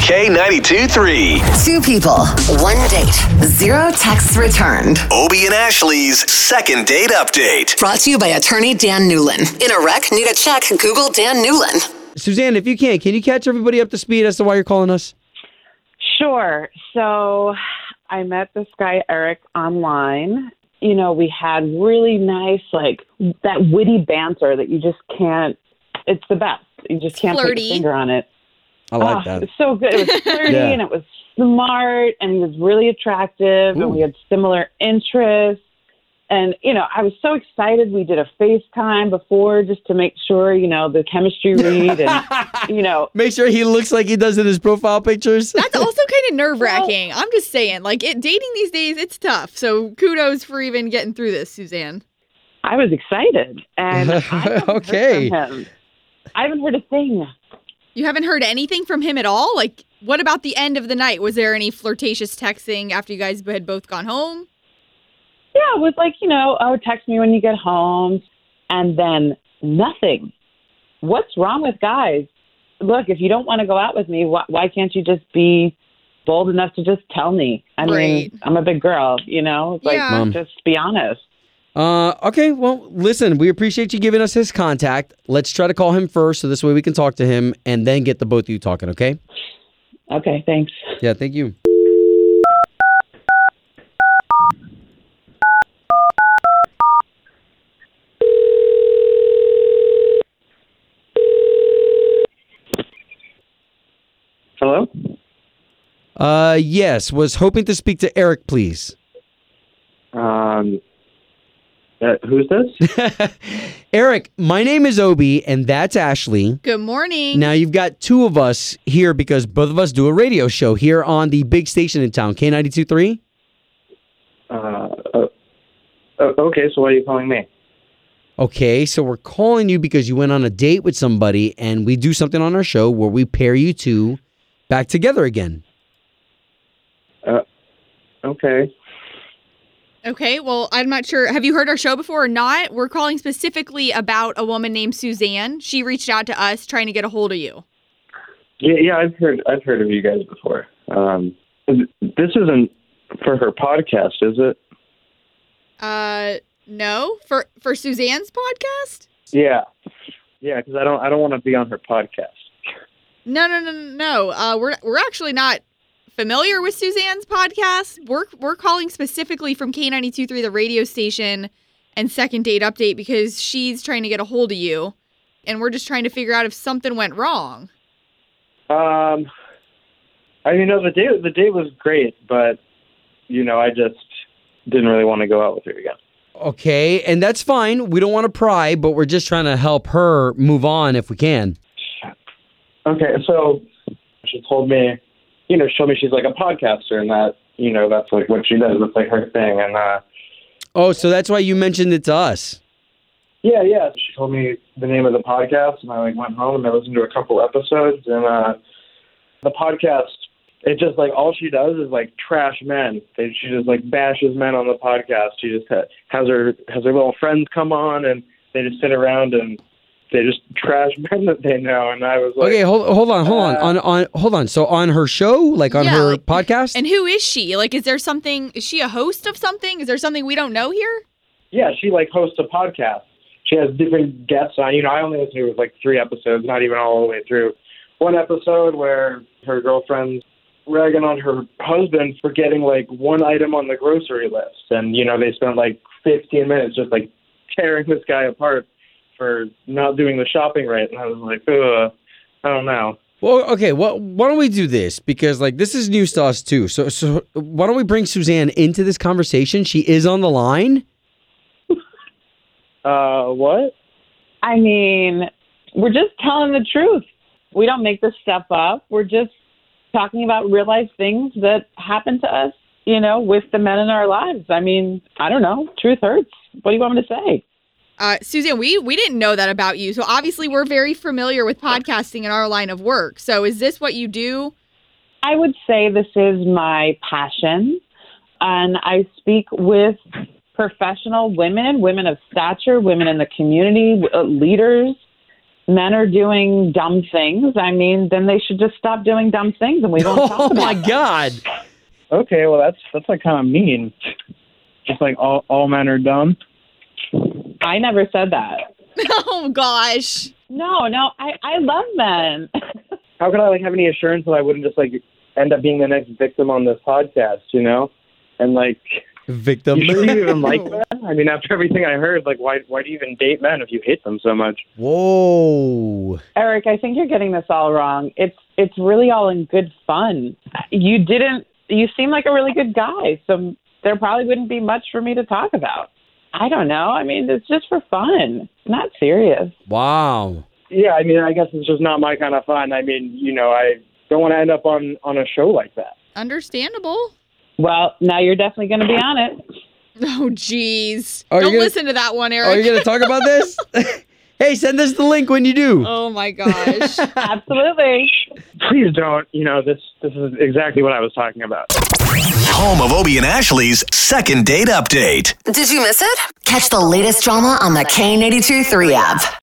K92 3. Two people, one date, zero texts returned. Obie and Ashley's second date update. Brought to you by attorney Dan Newlin. In a wreck, need a check, Google Dan Newlin. Suzanne, if you can, can you catch everybody up to speed as to why you're calling us? Sure. So I met this guy, Eric, online. You know, we had really nice, like, that witty banter that you just can't, it's the best. You just can't put Flirty. your finger on it. I like Oh, that. It was so good. It was flirty Yeah. and it was smart and he was really attractive Ooh. and we had similar interests. And, you know, I was so excited. We did a FaceTime before just to make sure, you know, the chemistry read and, you know, Make sure he looks like he does in his profile pictures. That's also kind of nerve wracking. I'm just saying, like, it, dating these days, it's tough. So kudos for even getting through this, Suzanne. I was excited. And I haven't Okay. heard from him. I haven't heard a thing. You haven't heard anything from him at all? Like, what about the end of the night? Was there any flirtatious texting after you guys had both gone home? Yeah, it was like, you know, oh, text me when you get home. And then nothing. What's wrong with guys? Look, if you don't want to go out with me, why, why can't you just be bold enough to just tell me? I Right. mean, I'm a big girl, you know? It's Yeah. Like, Mom. just be honest. Uh, okay, well, listen, we appreciate you giving us his contact. Let's try to call him first so this way we can talk to him and then get the both of you talking, okay? Okay, thanks. Yeah, thank you. Hello? Uh, yes, was hoping to speak to Eric, please. Um, uh, who's this? Eric, my name is Obi, and that's Ashley. Good morning. Now you've got two of us here because both of us do a radio show here on the big station in town, K ninety two three. uh, uh, uh, okay, so why are you calling me? Okay, so we're calling you because you went on a date with somebody, and we do something on our show where we pair you two back together again. Okay. Okay, well, I'm not sure. Have you heard our show before or not? We're calling specifically about a woman named Suzanne. She reached out to us trying to get a hold of you. Yeah, yeah, I've heard I've heard of you guys before. Um, th- this isn't for her podcast, is it? Uh, no, for for Suzanne's podcast? Yeah, yeah, because I don't I don't want to be on her podcast. No, no, no, no, no. Uh, we're we're actually not familiar with Suzanne's podcast. We're we're calling specifically from K 923 the radio station, and Second Date Update because she's trying to get a hold of you, and we're just trying to figure out if something went wrong. Um, I you know the day the day was great, but you know I just didn't really want to go out with her again. Okay, and that's fine. We don't want to pry, but we're just trying to help her move on if we can. Okay, so she told me, you know, she told me she's like a podcaster and that, you know, that's like what she does. That's like her thing. And uh, Oh, so that's why you mentioned it to us. yeah, yeah. She told me the name of the podcast, and I like went home and I listened to a couple episodes. And uh, the podcast, it just like all she does is like trash men. They, she just like bashes men on the podcast. She just ha- has her has her little friends come on, and they just sit around and they just trash men that they know. And I was like, Okay, hold hold on, hold on, Uh, on on hold on. So on her show, like on Yeah, her like- podcast. And who is she? Like, is there something? Is she a host of something? Is there something we don't know here? yeah, she like hosts a podcast. She has different guests on. You know, I only listened to it was like three episodes, not even all the way through. One episode where her girlfriend's ragging on her husband for getting like one item on the grocery list, and you know they spent like 15 minutes just like tearing this guy apart for not doing the shopping right, and I was like, ugh, I don't know. Well, okay. Well, why don't we do this? Because like this is news to us too. So, so why don't we bring Suzanne into this conversation? She is on the line. Uh, what? I mean, we're just telling the truth. We don't make this stuff up. We're just talking about real life things that happen to us, you know, with the men in our lives. I mean, I don't know. Truth hurts. What do you want me to say? Uh, Suzanne, we we didn't know that about you. So obviously, we're very familiar with podcasting in our line of work. So is this what you do? I would say this is my passion, and I speak with professional women, women of stature, women in the community, uh, leaders, men are doing dumb things, I mean, then they should just stop doing dumb things, and we don't talk Oh about my them. God. Okay, well that's that's like kind of mean. Just like all all men are dumb. I never said that. oh gosh. No, no, I I love men. How could I like have any assurance that I wouldn't just like end up being the next victim on this podcast? You know, and like Victim. you sure you even like that? I mean, after everything I heard, like why why do you even date men if you hate them so much? Whoa. Eric, I think you're getting this all wrong. It's it's really all in good fun. You didn't. You seem like a really good guy, so there probably wouldn't be much for me to talk about. I don't know. I mean, it's just for fun, not serious. Wow. Yeah, I mean, I guess it's just not my kind of fun. I mean, you know, I don't want to end up on on a show like that. Understandable. Well, now you're definitely going to be on it. Oh jeez. Are you Don't gonna- listen to that one, Eric. Are you going to Oh, talk about this? hey, send us the link when you do. oh my gosh. Absolutely. Please don't. You know, this this is exactly what I was talking about. Home of Obie and Ashley's second date update. Did you miss it? Catch the latest drama on the K82 3 app.